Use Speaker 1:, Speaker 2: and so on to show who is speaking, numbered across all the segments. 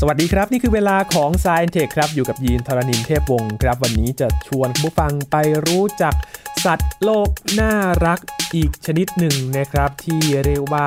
Speaker 1: สวัสดีครับ นี่คือเวลาของ s ซ i e n t e c h ครับ อยู่กับยีนทรณินเทพวงศ์ครับ วันนี้จะชวนคุณผู้ฟังไปรู้จักสัตว์โลกน่ารักอีกชนิดหนึ่งนะครับ ที่เรียกว่า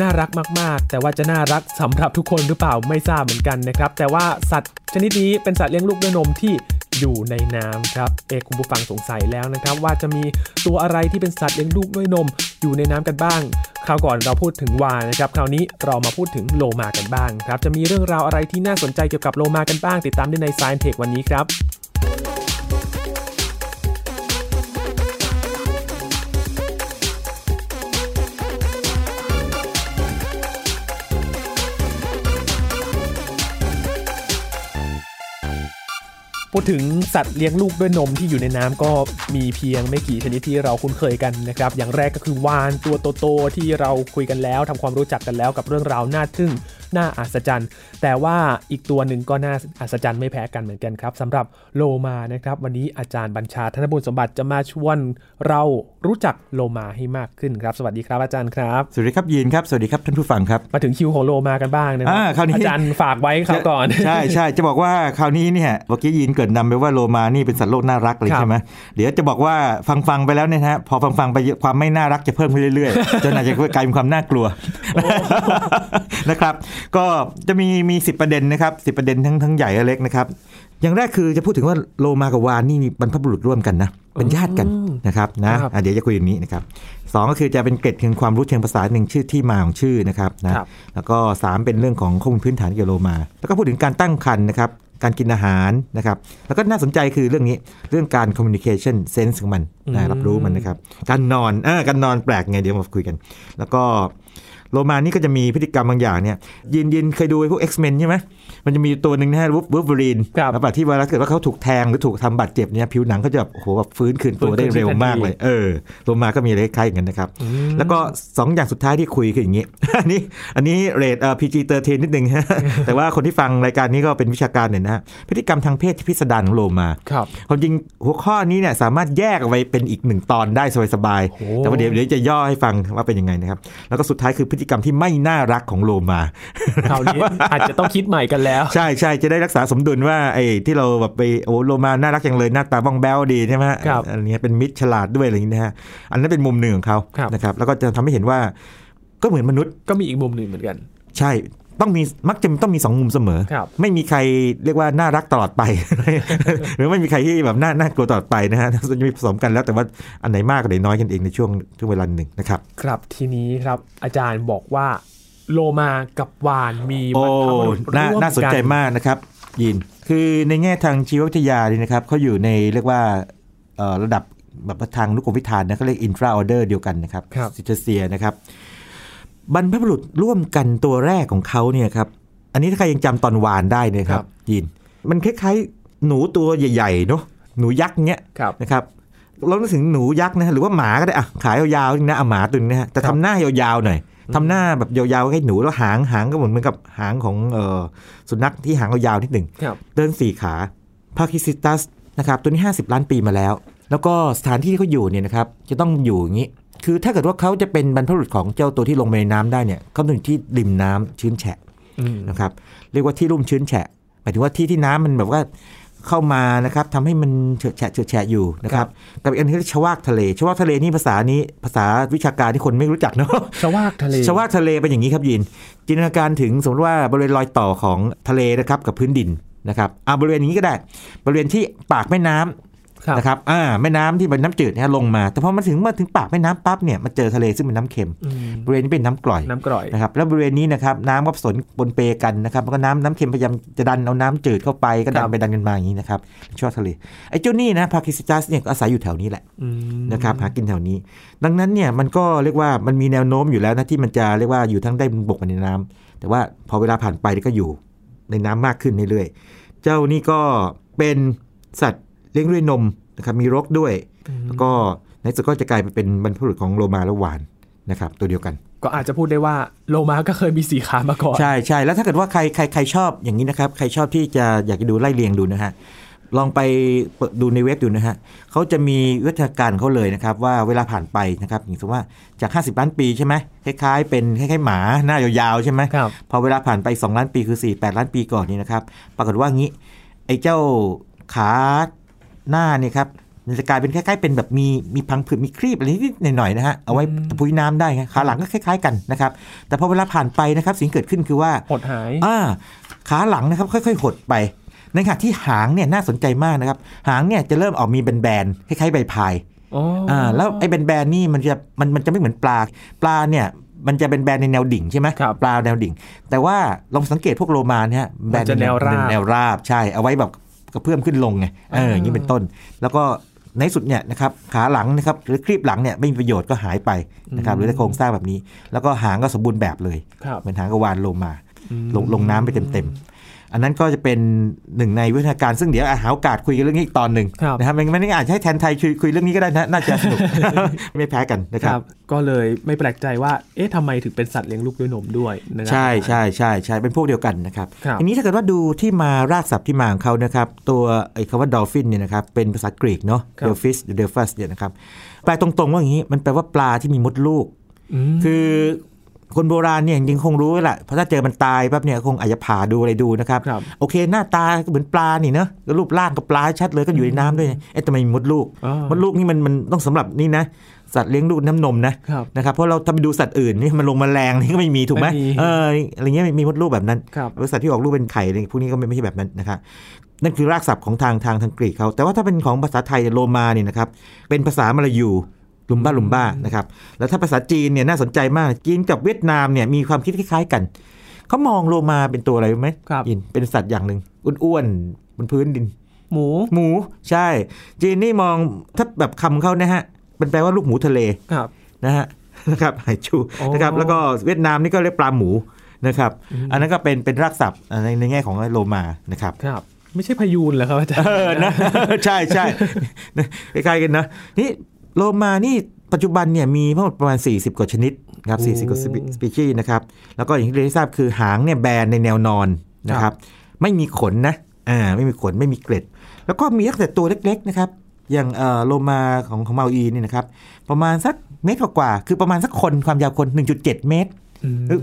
Speaker 1: น่ารักมาก ๆ แต่ว่าจะน่ารักสำหรับทุกคนหรือเปล่าไม่ทราบเหมือนกันนะครับ แต่ว่าสัตว์ชนิดนี้เป็นสัตว์เลี้ยงลูกด้วยนมที่ อยู่ในน้ำครับ เอะคุณผู้ฟังสงสัยแล้วนะครับ ว่าจะมีตัวอะไรที่เป็นสัตว์เลี้ยงลูกด้วยนม อยู่ในน้ำกันบ้าง คราวก่อนเราพูดถึงวาฬนะครับ คราวนี้เรามาพูดถึงโลมากันบ้างครับ จะมีเรื่องราวอะไรที่น่าสนใจเกี่ยวกับโลมากันบ้าง ติดตามได้ใน Science Tech วันนี้ครับ พูดถึงสัตว์เลี้ยงลูกด้วยนมที่อยู่ในน้ำก็มีเพียงไม่กี่ชนิดที่เราคุ้นเคยกันนะครับ อย่างแรกก็คือวานตัวโตๆที่เราคุยกันแล้วทำความรู้จักกันแล้วกับเรื่องราวน่าทึ่งน่าอัศจรรย์ แต่ว่าอีกตัวหนึ่งก็น่าอัศจรรย์ไม่แพ้กันเหมือนกันครับสำหรับโลมานะครับ วันนี้อาจารย์บัญชาธนบุญสมบัติจะมาชวนเรารู้จักโลมาให้มากขึ้นครับ สวัสดีครับอาจารย์ครับ
Speaker 2: สวัสดีครับยีนครับสวัสดีครับท่านผู้ฟังครับ
Speaker 1: มาถึงคิวของโลมากันบ้างนะครั
Speaker 2: อ่าคราวนี้
Speaker 1: อาจารย์ฝากไว้คราวก่อน
Speaker 2: ใช่ใช่จะบอกว่าคราวนี้เนี่ยเมื่อกี้ยีนเกริดนำไปว่าโลมานี่เป็นสัตว์โลกน่ารักเลย
Speaker 1: ครับ
Speaker 2: ใช่ไหมเดี๋ยวจะบอกว่าฟังฟังๆไปแล้วเนี่ยนะฮะพอฟังฟังๆไปเยอะความไม่น่ารักจะเพิ่มขึ้นเรื่อยๆ จนอาจจะกลายเป็นความ น่ากลัว นะครับก็จะมีมีสิประเด็นนะครับสิประเด็นทั้งทั้งใหญ่และเล็กนะครับ อย่างแรกคือจะพูดถึงว่าโลมากับวานนี่มีบรรพบุรุษร่วมกันนะเป็นญาติกัน
Speaker 1: อืม
Speaker 2: นะครับนะครับ อ่ะเดี๋ยวจะคุยอย่างนี้นะครับสองก็คือจะเป็นเกร็ดเชิงความรู้เชิงภาษาหนึ่งชื่อที่มาของชื่อนะครับนะ แล้วก็ 3 เป็นเรื่องของข้อมูลพื้นฐานเกี่ยวกับโลมา แล้วก็พูดถึงการตั้งครรภ์นะครับ การกินอาหารนะครับ แล้วก็น่าสนใจคือเรื่องนี้เรื่องการ communication sense ของมัน
Speaker 1: อืม
Speaker 2: นะรับรู้มันนะครับ การนอนเออการนอนแปลกไงเดี๋ยวมาคุยกัน แล้วก็โลมานี่ก็จะมีพฤติกรรมบางอย่างเนี่ยยินยินเคยดูไอ้พวก X-Men ใช่ไหมมันจะมีตัวหนึ่งนะฮะวูบวูบรีน
Speaker 1: ครับ
Speaker 2: แล้วแบบที่เวลาเกิดว่าเขาถูกแทงหรือถูกทำบาดเจ็บเนี่ยผิวหนังเขาจะแบบโอ้โหแบบฟื้นคืนตัวได้เร็วมากเลยเออโลมาก็มีอะไรคล้ายๆอย่างนั้นนะครับ
Speaker 1: อืม
Speaker 2: แล้วก็ 2 อย่างสุดท้ายที่คุยคืออย่างนี้ อันนี้อันนี้เรทเอ่อพีจีเตอร์เทนนิดนึง ฮะ แต่ว่าคนที่ฟังรายการนี้ก็เป็นวิชาการเนี่อยนะฮะพฤติกรรมทางเพศที่พิสดารของโลมา
Speaker 1: ครับ
Speaker 2: ความจริงหัวข้อนี้เนี่ยสามารถแยกเอาไว้เป็นอีกหนึ่งตอนได้สบาย
Speaker 1: โอ้
Speaker 2: ๆแต่ว่าเดี๋ยวเดี๋ยวจะย่อให้ฟังว่าเป็นยังไงนะครับ แล้วก็สุดท้ายคือพฤติกรรมที่ไม่น่ารักของโลมา
Speaker 1: คราวนี้อาจจะต้องคิดใหม่กันแล้ว
Speaker 2: ใช่ใช่จะได้รักษาสมดุลว่าไอ้ที่เราแบบไปโอ้โลมาน่ารักจังเลยหน้าตาบ้องแบ้วดีใช่ไหมฮะ
Speaker 1: ครับ
Speaker 2: อันนี้เป็นมิตรฉลาดด้วยอะไรอย่างนี้นะฮะอันนั้นเป็นมุมหนึ่งของเขา
Speaker 1: ครับ
Speaker 2: นะครับแล้วก็จะทำให้เห็นว่าก็เหมือนมนุษย์
Speaker 1: ก็มีอีกมุมหนึ่งเหมือนกัน
Speaker 2: ใช่ต้องมีมักจะต้องมีสองมุมเสมอ
Speaker 1: ครับ
Speaker 2: ไม่มีใครเรียกว่าน่ารักตลอดไป หรือไม่มีใครที่แบบน่าน่ากลัวตลอดไปนะ ฮะจะมีผสมกันแล้วแต่ว่าอันไหนมากอันไหนน้อยกันเองในช่วงช่วงเวลาหนึ่งนะครับ
Speaker 1: ครับทีนี้ครับอาจารย์บอกว่า โลมากับวานมี
Speaker 2: โอ้
Speaker 1: บรรพบุรุษ
Speaker 2: น่า
Speaker 1: ร่วมกั
Speaker 2: น่าสนใจมากนะครับ ยิน คือในแง่ทางชีววิทยานี่นะครับเขาอยู่ในเรียกว่าเอ่อระดับแบบว่าทางนุกรมวิธานนะเขาเรียกอินทราออเดอร์เดียวกันนะครับ
Speaker 1: ครับ
Speaker 2: ซิเทเซียนะครับ บรรพบุรุษร่วมกันตัวแรกของเขาเนี่ยครับ อันนี้ถ้าใครยังจำตอนวานได้เนยค
Speaker 1: ครั
Speaker 2: รับ บ ยิน มันคล้ายๆหนูตัวใหญ่ๆเนาะหนูยักษ์เนี้ย
Speaker 1: ครับ
Speaker 2: นะครับเรานึกถึงหนูยักษ์นะฮะหรือว่าหมาก็ได้อะขายยาวๆนี่นะเอาหมาตัวนึงนะฮะ
Speaker 1: ค
Speaker 2: แต่
Speaker 1: รับ
Speaker 2: ทำหน้ายาวๆหน่อยทำหน้าแบบยาวๆให้หนูแล้วหางหางก็เหมือนเหมือนกับหางของเอ่อสุนัขที่หางยาวๆนิดหนึ่ง
Speaker 1: ครับ
Speaker 2: เดินสี่ขาพาคิซิตัสนะครับตัวนี้ 50 ล้านปีมาแล้ว แล้วก็สถานที่ที่เขาอยู่เนี่ยนะครับจะต้องอยู่อย่างนี้ คือถ้าเกิดว่าเขาจะเป็นบรรพบุรุษของเจ้าตัวที่ลงไปในน้ำได้เนี่ยเขาต้องอยู่ที่ริมน้ำชื้นแฉะ
Speaker 1: อืม
Speaker 2: นะครับเรียกว่าที่รุ่มชื้นแฉะหมายถึงว่าที่ที่น้ำมันแบบว่าเข้ามานะครับทำให้มันเฉอะแฉะเฉอะแฉะอยู่นะค
Speaker 1: ครั
Speaker 2: รับ บกับอีกอันที่เรียกชวากทะเลชวากทะเลนี่ภาษานี้ภาษาวิชาการที่คนไม่รู้จักเนาะ
Speaker 1: สวากทะเล
Speaker 2: ชวากทะเลเป็นอย่างนี้ครับยิน จินตนาการถึงสมมติว่าบริเวณรอยต่อของทะเลนะครับกับพื้นดินนะครับเอาบริเวณอย่างนี้ก็ได้ บริเวณที่ปากแม่น้ำ
Speaker 1: ครับ
Speaker 2: นะครับ อ่า แม่น้ำที่เป็นน้ำจืดนะฮะลงมา แต่พอมาถึงมาถึงปากแม่น้ำปั๊บเนี่ยมาเจอทะเลซึ่งเป็นน้ำเค็ม
Speaker 1: อืม
Speaker 2: บริเวณนี้เป็นน้ำกร่อย
Speaker 1: น้ำกร่อย
Speaker 2: นะครับ แล้วบริเวณนี้นะครับน้ำก็ผสมปนเปกันนะครับแล้วก็น้ำน้ำเค็มพยายามจะดันเอาน้ำจืดเข้าไปก็
Speaker 1: ค
Speaker 2: ดั
Speaker 1: รับ
Speaker 2: นไปดันกันมาอย่างนี้นะครับช่วทะเล ไอ้เจ้านี่นะพาคิซิจัสเนี่ยก็อาศัยอยู่แถวนี้แหละ
Speaker 1: อืม
Speaker 2: นะครับหากินแถวนี้ ดังนั้นเนี่ยมันก็เรียกว่ามันมีแนวโน้มอยู่แล้วนะที่มันจะเรียกว่าอยู่ทั้งได้บนบกกับในน้ำแต่ว่าพอเวลาผ่านไปก็อยู่ในน้ำมากขึ้นเรื่อยๆเจ้านี่ก็เป็นสัตว์เลี้ยงด้วยนมนะครับมีรกด้วย
Speaker 1: อืม
Speaker 2: แล้วก็ในที่สุดก็จะกลายไปเป็นบรรพบุรุษของโลมาและวานนะครับตัวเดียวกัน
Speaker 1: ก็อาจจะพูดได้ว่าโลมาก็เคยมีสีขามาก่อน
Speaker 2: ใช่ใช่แล้วถ้าเกิดว่าใครใครใครชอบอย่างนี้นะครับ ใครชอบที่จะอยากจะดูไล่เรียงดูนะฮะ ลองไปเปิดดูในเว็บดูนะฮะเขาจะมีวิทยาการของเขาเลยนะครับ ว่าเวลาผ่านไปนะครับอย่างสมมติว่าจาก 50 ล้านปีใช่ไหมคล้ายๆ เป็นคล้ายๆหมาหน้ายาวๆใช่ไหม
Speaker 1: ครับ
Speaker 2: พอเวลาผ่านไป 2 ล้านปีคือ 4 8 ล้านปีก่อนนี่นะครับ ปรากฏว่างี้ ไอ้เจ้าขาหน้าเนี่ยครับมันจะกลายเป็นคล้าย ๆ เป็นแบบมีมีพังผืดมีครีบอะไรนิดๆหน่อยๆนะฮะเอาไว้ตะพุยน้ำได้ไงขาหลังก็คล้าย ๆ กันนะครับแต่พอเวลาผ่านไปนะครับสิ่งที่เกิดขึ้นคือว่า
Speaker 1: หดหาย
Speaker 2: อ่าขาหลังนะครับค่อย ๆ หดไป ในขณะที่หางเนี่ยน่าสนใจมากนะครับ หางเนี่ยจะเริ่มออกมีแบนๆคล้ายๆใบพาย
Speaker 1: อ๋ออ่า
Speaker 2: อ่าแล้วไอ้แบนๆนี่มันจะมันมันจะไม่เหมือนปลา ปลาเนี่ยมันจะเป็นแบนในแนวดิ่งใช่ไหม
Speaker 1: ครับ
Speaker 2: ปลาแนวดิ่ง แต่ว่าลองสังเกตพวกโลมาเนี่ยฮะบ
Speaker 1: มันจะแนวราบ
Speaker 2: แนวราบใช่เอาไว้แบบกระเพื่อมขึ้นลงไงเอออย่างนี้เป็นต้น แล้วก็ในสุดเนี่ยนะครับขาหลังนะครับหรือครีบหลังเนี่ยไม่มีประโยชน์ก็หายไปนะครับ
Speaker 1: อืม
Speaker 2: หรือได้โครงสร้างแบบนี้ แล้วก็หางก็สมบูรณ์แบบเลย
Speaker 1: ครับ
Speaker 2: เหมือนหางกระวานโลมา
Speaker 1: อืม
Speaker 2: ลงลงน้ำไปเต็มๆ อันนั้นก็จะเป็นหนึ่งในวิทยาการซึ่งเดี๋ยวอาหาโอกาสคุยกันเรื่องนี้อีกตอนหนึ่ง
Speaker 1: ครับ
Speaker 2: นะครับมันไม่ได้อาจจะให้แทนไทยคุยคุยเรื่องนี้ก็ได้นะน่าจะสนุก ไม่แพ้กันนะ
Speaker 1: ค
Speaker 2: ค
Speaker 1: รั
Speaker 2: รับ บ
Speaker 1: ก็เลยไม่แปลกใจว่า เอ๊ะทำไมถึงเป็นสัตว์เลี้ยงลูกด้วยนมด้วยนะครั
Speaker 2: ใช่ใช่ใช่ใช่เป็นพวกเดียวกันนะครับ
Speaker 1: ครับ
Speaker 2: ทีนี้ถ้าเกิดว่าดูที่มารากศัพท์ที่มาของเขานะครับ ตัวไอ้คำว่าดอลฟินเนี่ยนะครับเป็นภาษากรีกเนาะเดลฟิสเดลฟัสเนี่ยนะครับแปลตรงๆว่าอย่างนี้มันแปลว่าปลาที่มีมดลูก
Speaker 1: อืม
Speaker 2: คือคนโบราณเนี่ยจริงๆคงรู้แหละเพราะถ้าเจอมันตายปั๊บเนี่ยคงอาจจะผ่าดูอะไรดูนะครับ
Speaker 1: ครับ
Speaker 2: โอเคหน้าตาก็เหมือนปลานี่เนอะแล้วรูปร่างก็ปลาชัดเลยก็อยู่ในน้ำด้วยเอ๊ะทำไมมีมดลูก
Speaker 1: อ๋อ
Speaker 2: มดลูกนี่มันมันต้องสำหรับนี่นะ สัตว์เลี้ยงลูกน้ำนมนะครับ นะครับเพราะเราถ้าไปดูสัตว์อื่นนี่มันลงแมลงนี่ก็ไม่มีถูกไหม
Speaker 1: ไม่มี
Speaker 2: เอออะไรเงี้ยมีมดลูกแบบนั้น
Speaker 1: ครับ
Speaker 2: บริษัทที่ออกรูปเป็นไข่อะไรพวกนี้ก็ไม่ไม่ใช่แบบนั้นนะครับนั่นคือรากศัพท์ของทางทางทางกรีกเขา แต่ว่าถ้าเป็นของภาษาไทยโลมาเนี่ยนะครับเป็นภาษามลายูลุมบ้าลุมบ้านะครับแล้วถ้าภาษาจีนเนี่ยน่าสนใจมากจีนกับเวียดนามเนี่ยมีความคิดคล้ายๆกันเขามองโลมาเป็นตัวอะไรรู้ไหม
Speaker 1: ครับ
Speaker 2: อินเป็นสัตว์อย่างหนึ่งอ้วนๆบนพื้นดิน
Speaker 1: หมู
Speaker 2: หมูใช่ จีนนี่มองถ้าแบบคำของเขานะฮะมันแปลว่าลูกหมูทะเล
Speaker 1: ครับ
Speaker 2: นะฮ ะ นะครับไหชู
Speaker 1: โอ้
Speaker 2: นะครับแล้วก็เวียดนามนี่ก็เรียกปลาหมูนะครับอันนั้นก็เป็นเป็นรากศัพท์อ่าในในแง่ของโลมานะครับ
Speaker 1: ครับ ไม่ใช่พยูนเหรอครับอาจารย์
Speaker 2: เออนะ ใช่ ใช่นะใกล้ๆกันนะนี่โลมานี่ปัจจุบันเนี่ยมีทั้งหมดประมาณ 40 กว่าชนิดนะครับ
Speaker 1: โอ้
Speaker 2: 40 กว่าสปีชีส์นะครับแล้วก็อย่างที่เรียนให้ทราบคือหางเนี่ยแบนในแนวนอนนะค
Speaker 1: ครั
Speaker 2: รับบ ไม่มีขนนะอ่าไม่มีขนไม่มีเกล็ด แล้วก็มีตั้งแต่ตัวเล็กๆนะครับ อย่างเอ่อโลมาของของเมาอีนี่นะครับ ประมาณสักเมตรกว่าๆคือประมาณสักคนความยาวคน 1.7 เมตร
Speaker 1: อืม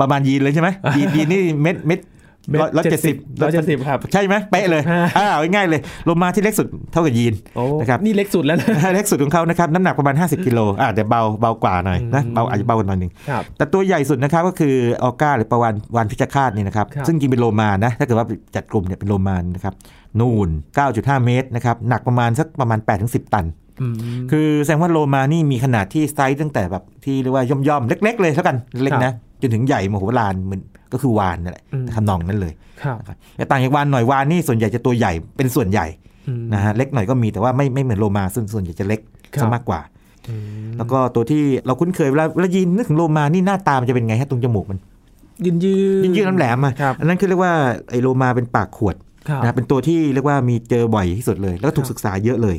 Speaker 2: ประมาณยีนเลยใช่ไหม ยีนยีนนี่เมตรเมตร
Speaker 1: เมตร
Speaker 2: ร้อยเจ็ดสิบ
Speaker 1: ร้อยเจ็ดสิบครับ
Speaker 2: ใช่ไหมเป๊ะเลยอ่าเอาง่ายๆเลยโลมาที่เล็กสุดเท่ากับยีน
Speaker 1: โอ้
Speaker 2: นะครับ
Speaker 1: นี่เล็กสุดแล้วนะ
Speaker 2: เล็กสุดของเขานะครับน้ำหนักประมาณ 50กิโลอ่าแต่เบาเบากว่าหน่อยนะ
Speaker 1: อืม
Speaker 2: เบาอาจจะเบากว่าหน่อยหนึง
Speaker 1: ครับ
Speaker 2: แต่ตัวใหญ่สุดนะครับก็คือออก้าหรือปลาวานวานพิจคาตนี่นะครับ
Speaker 1: ครับ
Speaker 2: ซึ่งจริงเป็นโลมานะถ้าเกิดว่าจัดกลุ่มเนี่ยเป็นโลมานะครับนูน 9.5 เมตรนะครับหนักประมาณสักประมาณ 8-10 ตัน
Speaker 1: อืม
Speaker 2: คือแสดงว่าโลมานี่มีขนาดที่ไซส์ตั้งแต่แบบที่เรียกว่าย่อมๆ เล็ก ๆ เลยเท่ากันเล็ก
Speaker 1: ครับ
Speaker 2: ๆนะจนถึงใหญ่มโหฬารเหมือนก็คือวานนั่นแหละ
Speaker 1: อืม
Speaker 2: ทำนองนั้นเลย
Speaker 1: ครับ
Speaker 2: นะครับแต่ต่างจากวานหน่อยวานนี่ส่วนใหญ่จะตัวใหญ่เป็นส่วนใหญ่
Speaker 1: อืม
Speaker 2: นะฮะเล็กหน่อยก็มีแต่ว่าไม่ไม่เหมือนโลมาซึ่งส่วนใหญ่จะเล็ก
Speaker 1: ครั
Speaker 2: ซะ
Speaker 1: บ
Speaker 2: มากกว่า
Speaker 1: อืม
Speaker 2: แล้วก็ตัวที่เราคุ้นเคยเวลาเวลายีนนึกถึงโลมานี่หน้าตามันจะเป็นไงฮะตรงจมูกมัน
Speaker 1: ยืนยืน
Speaker 2: ยืดๆแหลมๆอะ
Speaker 1: ครับ
Speaker 2: อันนั้นคือเรียกว่าไอโลมาเป็นปากขวด
Speaker 1: ครับ
Speaker 2: นะเป็นตัวที่เรียกว่ามีเจอบ่อยที่สุดเลย แล้วก็ถู
Speaker 1: ครั
Speaker 2: ก
Speaker 1: บ
Speaker 2: ศึกษาเยอะเลย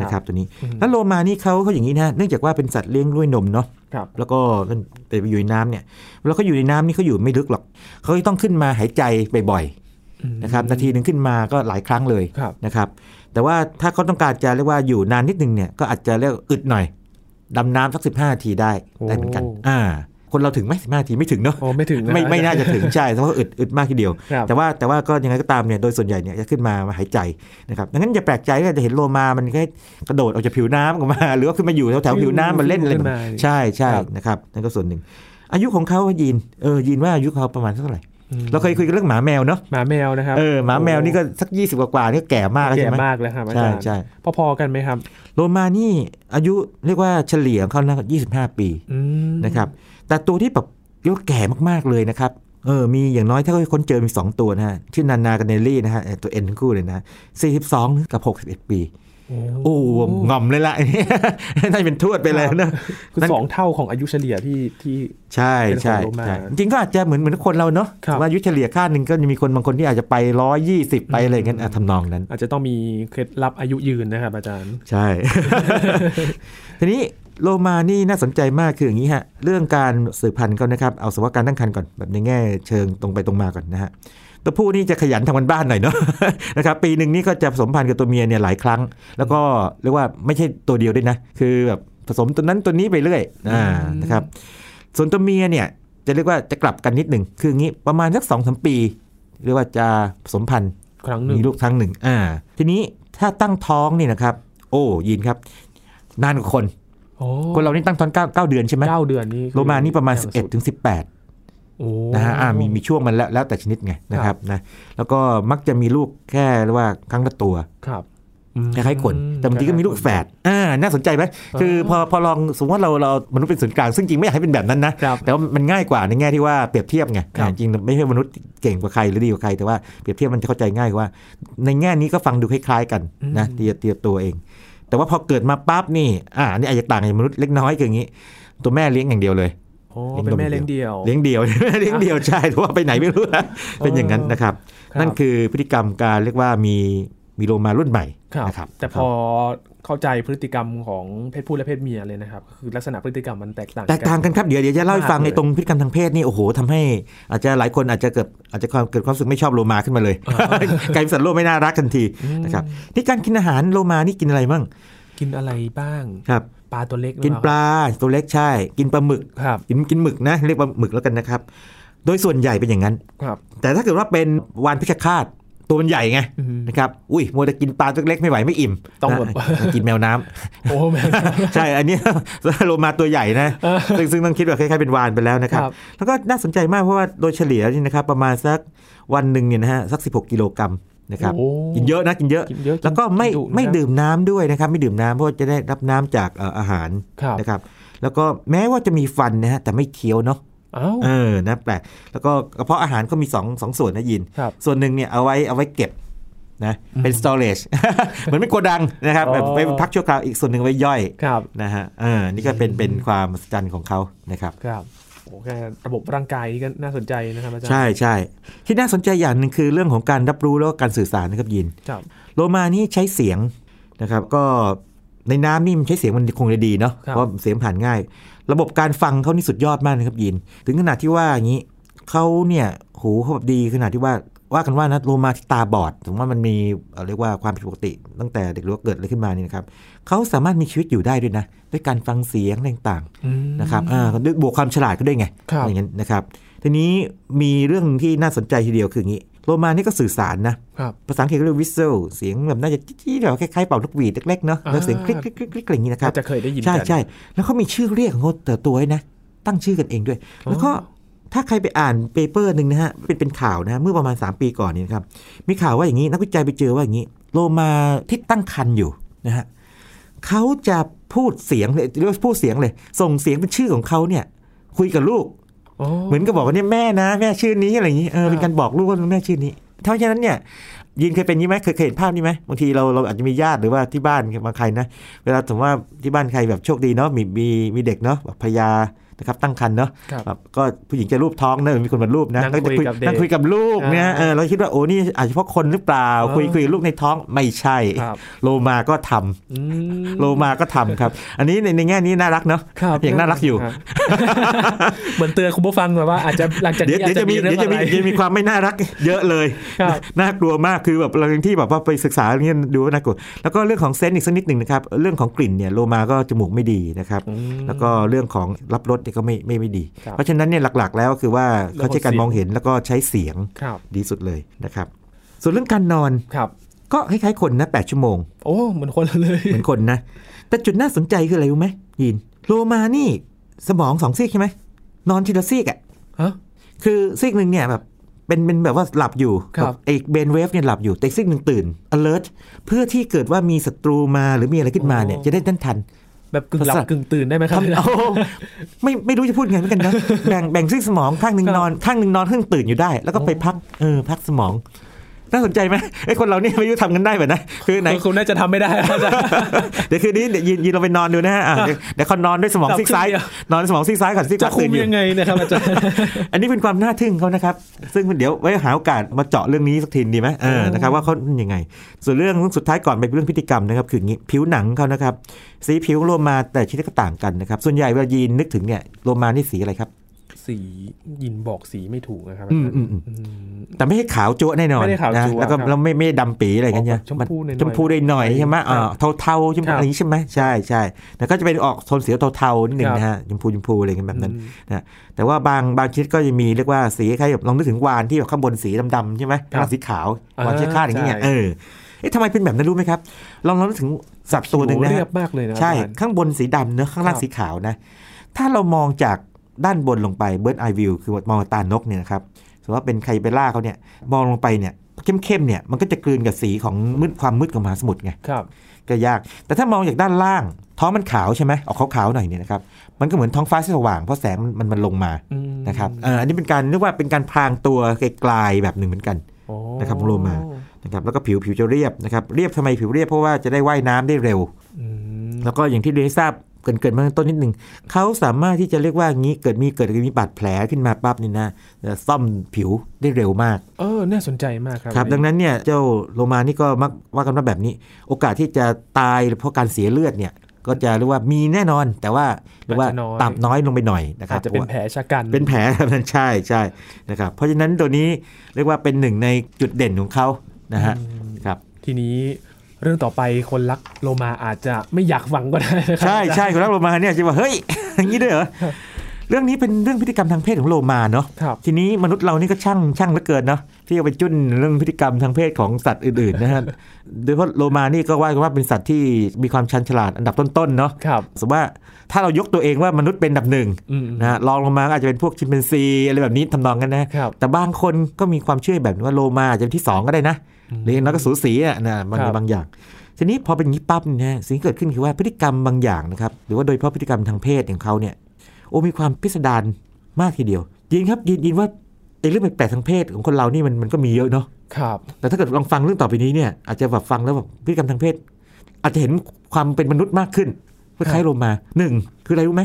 Speaker 2: นะครับตัวนี้
Speaker 1: อืม
Speaker 2: แล้วโลมานี่เขาเขาอย่างนี้นะฮะเนื่องจากว่าเป็นสัตว์เลี้ยงด้วยนมเนาะ
Speaker 1: ครับ
Speaker 2: แล้วก็มันแต่ไปอยู่ในน้ำเนี่ยแล้วเขาอยู่ในน้ำนี่เขาอยู่ไม่ลึกหรอกเขาจะต้องขึ้นมาหายใจบ่อยๆนะครับนาทีหนึ่งขึ้นมาก็หลายครั้งเลย
Speaker 1: ครับ
Speaker 2: นะครับแต่ว่าถ้าเขาต้องการจะเรียกว่าอยู่นานนิดนึงเนี่ยก็อาจจะเรียกอึดหน่อยดำน้ำสักสิบห้าทีได้ได้เหมือนกัน
Speaker 1: โอ้
Speaker 2: อ่าคนเราถึงไหมสิบห้าทีไม่ถึงเนาะ
Speaker 1: โอ้ไม่ถึงะ
Speaker 2: ไม่ไม่น่า
Speaker 1: อจรย์
Speaker 2: จะถึงใช่เพราะว่าอึดอึดมากทีเดียว
Speaker 1: ครับ
Speaker 2: แต่ว่าแต่ว่าก็ยังไงก็ตามเนี่ยโดยส่วนใหญ่เนี่ยจะขึ้นมามาหายใจนะครับดังนั้นอย่าแปลกใจว่าจะเห็นโลมา มันแค่กระโดดออกจากผิวน้ำออกมา หรือว่าขึ้นมาอยู่แถวๆผิวน้ำมันเล่นอะไร
Speaker 1: ขึ้นมา
Speaker 2: ใช่ใช่นะครับนั่นก็ส่วนหนึ่ง อายุของเขาอะยีนเออยีนว่าอายุเขาประมาณเท่าไหร่
Speaker 1: อืม
Speaker 2: เราเคยคุยกันเรื่องหมาแมวเนาะ
Speaker 1: หมาแมวนะครับ
Speaker 2: เออหมาแมวนี่ก็สัก 20 กว่ากว่าๆนี่ก็แก่มากแล้ว
Speaker 1: แก่
Speaker 2: ใช่ไหม
Speaker 1: มากแล้วครับอา
Speaker 2: ใช่
Speaker 1: จารย์
Speaker 2: ใช่
Speaker 1: พอๆกันไหมครับ
Speaker 2: โลมานี่อายุเรียกว่าเฉลี่ยของเขานะยี่สิบห้าปี
Speaker 1: อืม
Speaker 2: นะครับแต่ตัวที่แบบเรียกว่าแก่มากๆเลยนะครับเออมีอย่างน้อยถ้าเขาค้นเจอมี 2 ตัวนะฮะชื่อนานากับเนลลี่นะฮะเอ่อตัวเอ็นทั้งคู่เลยนะ42กับ 61 ปี
Speaker 1: โอ้
Speaker 2: โอ้งอมเลยล่ะ น่าจะเป็นทวดไปเลยนะ
Speaker 1: คือสองเท่าของอายุเฉลี่ยที่ที่
Speaker 2: ใช่
Speaker 1: เป็นของ
Speaker 2: ใช่
Speaker 1: โลมา
Speaker 2: ใช่จริงก็อาจจะเหมือนเหมือนคนเราเนาะ
Speaker 1: ครับ
Speaker 2: ว่าอายุเฉลี่ยค่าหนึ่งก็จะมีคนบางคนที่อาจจะไปร้อยยี่สิบไปอะไรอย่างเงี้ยอ่ะทำนองนั้น
Speaker 1: อาจจะต้องมีเคล็ดลับอายุยืนนะครับอาจารย์
Speaker 2: ใช่ ทีนี้โลมานี่น่าสนใจมากคืออย่างนี้ฮะ เรื่องการสืบพันธุ์เขานะครับ เอาสมมติว่าการตั้งครรภ์ก่อนแบบในแง่เชิงตรงไปตรงมาก่อนนะฮะ ตัวผู้นี่จะขยันทำกันบ้านหน่อยเนาะ นะครับปีหนึ่งนี่ก็จะผสมพันธุ์กับตัวเมียเนี่ยหลายครั้ง แล้วก็เรียกว่าไม่ใช่ตัวเดียวด้วยนะ คือแบบผสมตัวนั้นตัวนี้ไปเรื่อยอ่า
Speaker 1: อืม
Speaker 2: นะครับ ส่วนตัวเมียเนี่ยจะเรียกว่าจะกลับกันนิดหนึ่งคืออย่างนี้ประมาณสักสองสามปี เรียกว่าจะผสมพันธุ์
Speaker 1: ครั้งหนึ่ง
Speaker 2: มีลูกครั้งหนึ่ง อ่า ทีนี้ถ้าตั้งท้องนี่นะครับ โอ้ยินครับ นานกว่าคน
Speaker 1: โอ้
Speaker 2: คนเรานี่ตั้งท้องเก้าเก้าเดือนใช่ไหม
Speaker 1: เก้าเดือนนี่คือ
Speaker 2: โรมานี่ประมาณ
Speaker 1: อย่งสุ
Speaker 2: 11
Speaker 1: ด
Speaker 2: ถึง18
Speaker 1: โอ้
Speaker 2: นะฮะ อ่า มีมีช่วงมันแล้วแล้วแต่ชนิดไงนะค
Speaker 1: ครั
Speaker 2: รับ บนะ แล้วก็มักจะมีลูกแค่เรียกว่าครั้งละตัว
Speaker 1: ครับอืม
Speaker 2: คล้ายๆคน แต่บางทีก็มีลูกแฝด อ่า น่าสนใจไหมคือพอพอลองสมมติว่าเราเรามนุษย์เป็นศูนย์กลาง ซึ่งจริงไม่อยากให้เป็นแบบนั้นนะ
Speaker 1: ครับ
Speaker 2: แต่ว่ามันง่ายกว่าในแง่ที่ว่าเปรียบเทียบไง
Speaker 1: ครับ
Speaker 2: อ่าจริงไม่ใช่มนุษย์เก่งกว่าใครหรือดีกว่าใคร แต่ว่าเปรียบเทียบมันจะเข้าใจง่ายกว่า ในแง่นี้ก็ฟังดูคล้ายๆกันนะเตรียมเตรียมตัวเอง แต่ว่าพอเกิดมาปั๊บนี่ อ่าอันนี่อาจจะต่างกับมนุษย์เล็กน้อยคืออย่างนี้ ตัวแม่เลี้ยงอย่างเดียวเลย
Speaker 1: โอ้เป็นแม่เลี้ยงเดี่ยว
Speaker 2: เลี้ยงเดียว เลี้ยงเดียวใช่เพราะว่าไปไหนไม่รู้ นะเป็นอย่างนั้นนะครับ
Speaker 1: ครับ
Speaker 2: นั่นคือพฤติกรรมการเรียกว่ามีมีโลมารุ่นใหม่
Speaker 1: ครับ
Speaker 2: นะครับ
Speaker 1: แต่พอเข้าใจพฤติกรรมของเพศผู้และเพศเมียเลยนะครับก็คือลักษณะพฤติกรรมมันแตกต่าง
Speaker 2: แตกต่างกันครับ เดี๋ยวเดี๋ยวจะเล่าให้ฟัง
Speaker 1: มากเล
Speaker 2: ใน
Speaker 1: ย
Speaker 2: ตรงพฤติกรรมทางเพศนี่โอ้โหทำให้อาจจะหลายคนอาจจะเกิดอาจจะความเกิดความรู้สึกไม่ชอบโลมาขึ้นมาเลย กลายเป็นสัตว์โลกไม่น่ารักทันที
Speaker 1: อืม
Speaker 2: นะครับนี่การกินอาหารโลมานี่กินอะไรบ้าง
Speaker 1: กินอะไรบ้าง
Speaker 2: ครับ
Speaker 1: ปลาตัวเล็กหรือ
Speaker 2: กินป
Speaker 1: เ
Speaker 2: ลาตัวเล็กใช่ กินปลาหมึก
Speaker 1: ปล่าครับ
Speaker 2: กินกินหมึกนะ เรียกปลาหมึกแล้วกันนะครับ โดยส่วนใหญ่เป็นอย่างนั้น
Speaker 1: ครับ
Speaker 2: แต่ถ้าเกิดว่าเป็นวานพิชคาตตัวมันใหญ่ไง
Speaker 1: อืม
Speaker 2: นะครับอุ้ยมัวแต่กินปลาตัวเล็กไม่ไหวไม่อิ่ม
Speaker 1: ต้องแบบ
Speaker 2: นะกินแมวน้ำ
Speaker 1: โอ้แม่
Speaker 2: ใช่ อันนี้ โลมาตัวใหญ่นะ ซึ่งซึ่งต้องคิดแบบคล้ายๆเป็นวานไปแล้วนะครับ
Speaker 1: ครับ
Speaker 2: แล้วก็น่าสนใจมากเพราะว่าโดยเฉลี่ยนี่นะครับประมาณสักวันหนึ่งเนี่ยนะฮะสัก 16 กิโลกรัมนะครับ
Speaker 1: โอ้
Speaker 2: กินเยอะนะกินเยอะ
Speaker 1: กินเยอะ
Speaker 2: แล้วก็ไม่
Speaker 1: กินดุนะ
Speaker 2: ไม่ดื่มน้ำด้วยนะครับ ไม่ดื่มน้ำเพราะว่าจะได้รับน้ำจากเอ่ออาหาร
Speaker 1: ครับ
Speaker 2: นะครับ แล้วก็แม้ว่าจะมีฟันนะฮะแต่ไม่เคี้ยวเนาะ
Speaker 1: เอ้า
Speaker 2: เออนะแปลกแล้วก็กระเพาะอาหารก็มีสองสองส่วนนะยิน
Speaker 1: ครับ
Speaker 2: ส่วนหนึ่งเนี่ยเอาไว้เอาไว้เก็บนะเป็น storage เหมือนเป็นโกดังนะครับ
Speaker 1: อ๋อ
Speaker 2: แบบไปพักชั่วคราวอีกส่วนหนึ่งไว้ย่อย
Speaker 1: ครับ
Speaker 2: นะฮะเออนี่ก็เป็นเป็นความมหัศจรรย์ของเขานะครับ
Speaker 1: ครับโอ้แค่ระบบร่างกายนี่ก็น่าสนใจนะครับอาจารย์
Speaker 2: ใช่ใช่ที่น่าสนใจอย่างหนึ่งคือเรื่องของการรับรู้แล้วก็การสื่อสารนะครับยิน
Speaker 1: ครับ
Speaker 2: โลมานี่ใช้เสียงนะครับ ก็ในน้ำนี่มันใช้เสียงมันคงจะดีเนาะ
Speaker 1: ครับ
Speaker 2: เพราะเสียงผ่านง่าย ระบบการฟังเขานี่สุดยอดมากนะครับยิน ถึงขนาดที่ว่าอย่างนี้เขาเนี่ยหูเขาแบบดีขนาดที่ว่าว่ากันว่านะโลมาที่ตาบอดถึงว่ามันมีเอ่อเรียกว่าความผิดปกติ ตั้งแต่เด็กหรือว่าเกิดอะไรขึ้นมานี่นะครับเขาสามารถมีชีวิตอยู่ได้ด้วยนะด้วยการฟังเสียงอะไรต่างๆ
Speaker 1: อืม
Speaker 2: นะครับอ่าด้วยบวกความฉลาดก็ด้วยไง
Speaker 1: ครับ
Speaker 2: อย่างนั้นนะครับ ทีนี้มีเรื่องที่น่าสนใจทีเดียวคืออย่างนี้ โลมานี่ก็สื่อสารนะ
Speaker 1: ครับ
Speaker 2: ภาษาอังกฤษก็เรียกวิสเซลเสียงแบบน่าจะจี้ๆแบบคล้ายๆเป่านกหวีดเล็กๆเนาะแล้วเสียง
Speaker 1: อ่า
Speaker 2: คลิกคลิกคลิกคลิกอะไรอย่างนี้นะครับ
Speaker 1: น่าจะเคยได้ยิน
Speaker 2: ใช่
Speaker 1: กัน
Speaker 2: ใช่แล้วเขามีชื่อเรียกของเขาแต่ตัวไว้นะ ตั้งชื่อกันเองด้วย
Speaker 1: อ๋อ
Speaker 2: แล้วก็ถ้าใครไปอ่านเปเปอร์หนึ่งนะฮะเป็นเป็นข่าวนะฮะเมื่อประมาณ 3 ปีก่อนนี่นะครับ มีข่าวว่าอย่างนี้นักวิจัยไปเจอว่าอย่างนี้ โลมาที่ตั้งครรภ์อยู่นะฮะเขาจะพูดเสียงเลยเรียกว่าพูดเสียงเลย ส่งเสียงเป็นชื่อของเขาเนี่ย คุยกับลูก
Speaker 1: โอ้
Speaker 2: เหมือนกับบอกว่าเนี่ยแม่นะแม่ชื่อนี้อะไรอย่างนี้เออเป็น
Speaker 1: ครับ
Speaker 2: การบอกลูกว่าแม่ชื่อนี้เท่าฉะนั้นเนี่ยยินเคยเป็นนี้ไหมเคยเคยเห็นภาพนี้ไหมบางทีเราเราอาจจะมีญาติหรือว่าที่บ้านบางใครนะเวลาสมมติว่าที่บ้านใครแบบโชคดีเนาะมีมีมีเด็กเนาะแบบพยานะครับตั้งครรภ์เนาะ
Speaker 1: ครับ
Speaker 2: แบบก็ผู้หญิงจะรูปท้องเนอะมีคนมารูปนะ
Speaker 1: นั่งคุยกับเด็ก
Speaker 2: นั่งคุยกับลูกเนี่ยเออเราคิดว่าโอ้นี่อาจจะเพราะคนหรือเปล่า
Speaker 1: อ๋อ
Speaker 2: คุยคุยกับลูกในท้องไม่ใช่
Speaker 1: ครับ
Speaker 2: โลมาก็ทำ
Speaker 1: อืม
Speaker 2: โลมาก็ทำครับ อันนี้ในในแง่นี้น่ารักเนาะ
Speaker 1: ครับ
Speaker 2: ยังน่ารักอยู่
Speaker 1: ครับ เหมือนเตือนคุณผู้ฟังแบบว่าอาจจะหลังจาก
Speaker 2: เดี๋ย
Speaker 1: นี้
Speaker 2: ว
Speaker 1: อา
Speaker 2: เด
Speaker 1: จ
Speaker 2: ี๋ยว
Speaker 1: จะ
Speaker 2: จะ
Speaker 1: มี
Speaker 2: มี
Speaker 1: เรื่อ
Speaker 2: เดี๋
Speaker 1: งอะไร
Speaker 2: ยวจะมีจะมีความไม่น่ารัก เยอะเลย
Speaker 1: ครับ
Speaker 2: น่ากลัวมากคือแบบเราที่แบบว่าไปศึกษาเรื่องนี้ดูว่าน่ากลัวแล้วก็เรื่องของเซนต์อีกสักนิดหนึ่งนะครับเรื่องของกลิ่นเนี่ยโลมาก็จมูกไม่ดีนะครับ
Speaker 1: อืม
Speaker 2: แล้วก็เรื่องของรับรสเนี่ยก็ไม่ไม่ไม่ดี
Speaker 1: ครับ
Speaker 2: เพราะฉะนั้นเนี่ยหลักๆ แล้วก็คือว่า
Speaker 1: เรื่องของ
Speaker 2: เขาใช้การมองเห็นแล้วก็ใช้เสียง
Speaker 1: ครับ
Speaker 2: ดีสุดเลยนะครับ ส่วนเรื่องการนอน
Speaker 1: ครับ
Speaker 2: ก็คล้ายๆคนนะ8ชั่วโมง
Speaker 1: โอ้เหมือนคนเลย
Speaker 2: เหมือนคนนะ แต่จุดน่าสนใจคืออะไรรู้ไหมยินโลมานี่สมองสองซีกใช่ไหมนอนทีละซีกอะ
Speaker 1: ฮะ
Speaker 2: คือซีกหนึ่งเนี่ยแบบเป็นเป็นแบบว่าหลับอยู่
Speaker 1: ครับ
Speaker 2: แไอ้เบนเวฟเนี่ยหลับอยู่แต่อีกซีกหนึ่งตื่น alert เพื่อที่เกิดว่ามีศัตรูมาหรือมีอะไรขึ้นมาเนี่ยจะได้ทันทัน
Speaker 1: แบบกึ่งหลับ
Speaker 2: ประสาท
Speaker 1: กึ่งตื่นได้ไหมครับ
Speaker 2: ทำเอาไม่ไม่รู้จะพูดไงเหมือนกันนะแบ่งแบ่งซีกสมองข้างหนึ่ง
Speaker 1: ครับ
Speaker 2: นอนข้างหนึ่งนอนข้างหนึ่งตื่นอยู่ได้ แล้วก็ไปพักเออพักสมอง น่าสนใจไหมไอ้คนเราเนี่ยไม่รู้ทำกันได้แบบนะคือไหน
Speaker 1: คือคุณน่าจะทำไม่ได้อาจารย์
Speaker 2: เดี๋ยวคืนนี้เดี๋ยวยืนยืนเราไปนอนดูนะฮะอ่ะเดี๋ยวเดี๋ยวเขานอนด้วยสมองซีกซ้าย
Speaker 1: หลับครึ่งเดี
Speaker 2: นอนสมองซีกซ้ายก่อนซีกข
Speaker 1: จะ
Speaker 2: วา
Speaker 1: คุ
Speaker 2: ตื่
Speaker 1: ม
Speaker 2: นอยู่
Speaker 1: ยังไงเนะครับอาจารย์
Speaker 2: อันนี้เป็นความน่าทึ่งเขานะครับ ซึ่งเดี๋ยวไว้หาโอกาสมาเจาะเรื่องนี้สักทีดีไหมเออ
Speaker 1: โอ้
Speaker 2: นะครับว่าเขาเป็นยังไง ส่วนเรื่องสุดท้ายก่อนไปเรื่องพฤติกรรมนะครับ คืออย่างนี้ผิวหนังเขานะครับ สีผิวโลมาแต่ชนิดก็ต่างกันนะครับ ส่วนใหญ่เวลายีนนึกถึงเนี่ยโลมานี่สีอะไรครับ
Speaker 1: สียินบอกสีไม่ถูกนะครับ
Speaker 2: อืมอืมอืม
Speaker 1: อืม
Speaker 2: แต่ไม่ใช่ขาวจั๊วะแน่นอน
Speaker 1: ไม่ได้ขาวจั๊วะ
Speaker 2: นะแล้วก็
Speaker 1: ครับ
Speaker 2: แล้วไม่ไม่ได้ดำปีอะไรกันเนี่ย
Speaker 1: ออกแบบชมพูหน่อยๆ
Speaker 2: ชมพูได้หน่อยใช่ไหมอ่าเทาๆใช่ไหม
Speaker 1: ครับ
Speaker 2: อะไรอย่างนี้ใช่ไหมใช่ใช่แล้วก็จะเป็นออกโทนเสียวเทาๆนิดหนึ่ง
Speaker 1: ครับ
Speaker 2: นะฮะชมพูชมพูอะไรกันแบบนั้น
Speaker 1: อืม
Speaker 2: นะแต่ว่าบางบางชนิดก็จะมีเรียกว่าสีคล้ายๆกับลองนึกถึงวานที่แบบข้างบนสีดำๆใช่ไหม
Speaker 1: ครับ
Speaker 2: ข้างล่างสีขาว
Speaker 1: อ่าว
Speaker 2: านเชื้อคาดอย่างเงี้
Speaker 1: ใช่
Speaker 2: ยเออเอ๊ะทำไมเป็นแบบนั้นรู้ไหมครับ ลองลองนึกถึงสัตว์ตัวหนึ่งนะ
Speaker 1: โอ้โเรี
Speaker 2: ฮะ
Speaker 1: ยบมากเลยนะ
Speaker 2: ใช่
Speaker 1: อาจารย์
Speaker 2: ข้างบนสีดำเนอะข้างล่า
Speaker 1: ค
Speaker 2: ง
Speaker 1: รับ
Speaker 2: สีขาวนะ ถ้าเรามองจากด้านบนลงไปเบิร์ดไอวิวคือมองตานกเนี่ยนะครับสมมติว่าเป็นใครไปล่าเขาเนี่ยมองลงไปเนี่ยเข้มๆเนี่ยมันก็จะกลืนกับสีของมืดความมืดของมหาสมุทรไง
Speaker 1: ครับ
Speaker 2: ก็ยาก แต่ถ้ามองจากด้านล่าง ท้องมันขาวใช่ไหมออกขาวๆหน่อยเนี่ยนะครับ มันก็เหมือนท้องฟ้าที่สว่างเพราะแสงมันมันมันลงมา
Speaker 1: อืม
Speaker 2: นะครับเอ่ออันนี้เป็นการเรียกว่าเป็นการพรางตัวไกลๆแบบหนึ่งเหมือนกัน
Speaker 1: โอ้
Speaker 2: นะครับโลมา นะครับ แล้วก็ผิวผิวจะเรียบนะครับ เรียบทำไมผิวเรียบเพราะว่าจะได้ว่ายน้ำได้เร็ว
Speaker 1: อืม
Speaker 2: แล้วก็อย่างที่เรียนให้ทราบเกรินเกินมาตั้งต้นนิดหนึ่ง เขาสามารถที่จะเรียกว่างี้ เกิดมีเกิดมีบาดแผลขึ้นมาปั๊บนี่นะจะซ่อมผิวได้เร็วมาก
Speaker 1: เออ น่าสนใจมากครับ
Speaker 2: ครับ ดังนั้นเนี่ยเจ้าโลมานี่ก็มักว่ากันว่าแบบนี้ โอกาสที่จะตายเพราะการเสียเลือดเนี่ยก็จะเรียกว่ามีแน่นอน แต่ว่าเรียกว่าต่ำน้อยลงไปหน่อยนะครั
Speaker 1: อา
Speaker 2: บ
Speaker 1: จจะเป็นแผลชะกัน
Speaker 2: เป็นแผล ครับนั่นใช่ใช่นะครับเพราะฉะนั้นตัวนี้เรียกว่าเป็นหนึ่งในจุดเด่นของเขานะฮะครับ
Speaker 1: ทีนี้เรื่องต่อไปคนรักโลมาอาจจะไม่อยากฟังก็ได้นะครั
Speaker 2: ใช่
Speaker 1: อาจารย์
Speaker 2: ใช่คุณรักโลมาเนี่ยจะว่าเฮ้ย อย่างนี้ด้ว ยเหรอเรื่องนี้เป็นเรื่องพฤติกรรมทางเพศของโลมาเนาะ
Speaker 1: ครับ
Speaker 2: ทีนี้มนุษย์เรานี่ก็ช่างช่างเหลือเกินเนาะที่จะไปจุ้นเรื่องพฤติกรรมทางเพศของสัตว์อื่นๆนะฮะโดยเฉพาะโลมานี่ก็ว่ากันว่าเป็นสัตว์ที่มีความชันฉลาดอันดับต้นๆเนาะ
Speaker 1: ครับ
Speaker 2: สมมติว่าถ้าเรายกตัวเองว่ามนุษย์เป็นอันดับหนึ่ง
Speaker 1: อืม
Speaker 2: นะฮะรองลงมาก็อาจจะเป็นพวกชิมแปนซีอะไรแบบนี้ทำนองกันนะ
Speaker 1: ครับ
Speaker 2: แต่บางคนก็มีความเชื่อแบบนี้ว่าโลมาอาจจะเป็นที่ 2 ก็ได้นะหรืออย่างน้อยก็สูสีอะนะบาง
Speaker 1: ครับ
Speaker 2: บางอย่าง ทีนี้พอเป็นอย่างนี้ปั๊บเนี่ยนะสิ่งที่เกิดขึ้นคือว่าพฤติกรรมบางอย่างนะครับหรือว่าโดยเฉพาะพฤติกรรมทางเพศของเขาเนี่ยโอ้มีความพิสดารมากทีเดียวยินครับยินยินว่าไอ้เรื่องแปลกๆทางเพศของคนเรานี่มันมันก็มีเยอะเนาะ
Speaker 1: ครับ
Speaker 2: แต่ถ้าเกิดลองฟังเรื่องต่อไปนี้เนี่ยอาจจะแบบฟังแล้วแบบพฤติกรรมทางเพศ อาจจะเห็นความเป็นมนุษย์มากขึ้นคล้ายๆโลมาหนึ่งคืออะไรรู้ไหม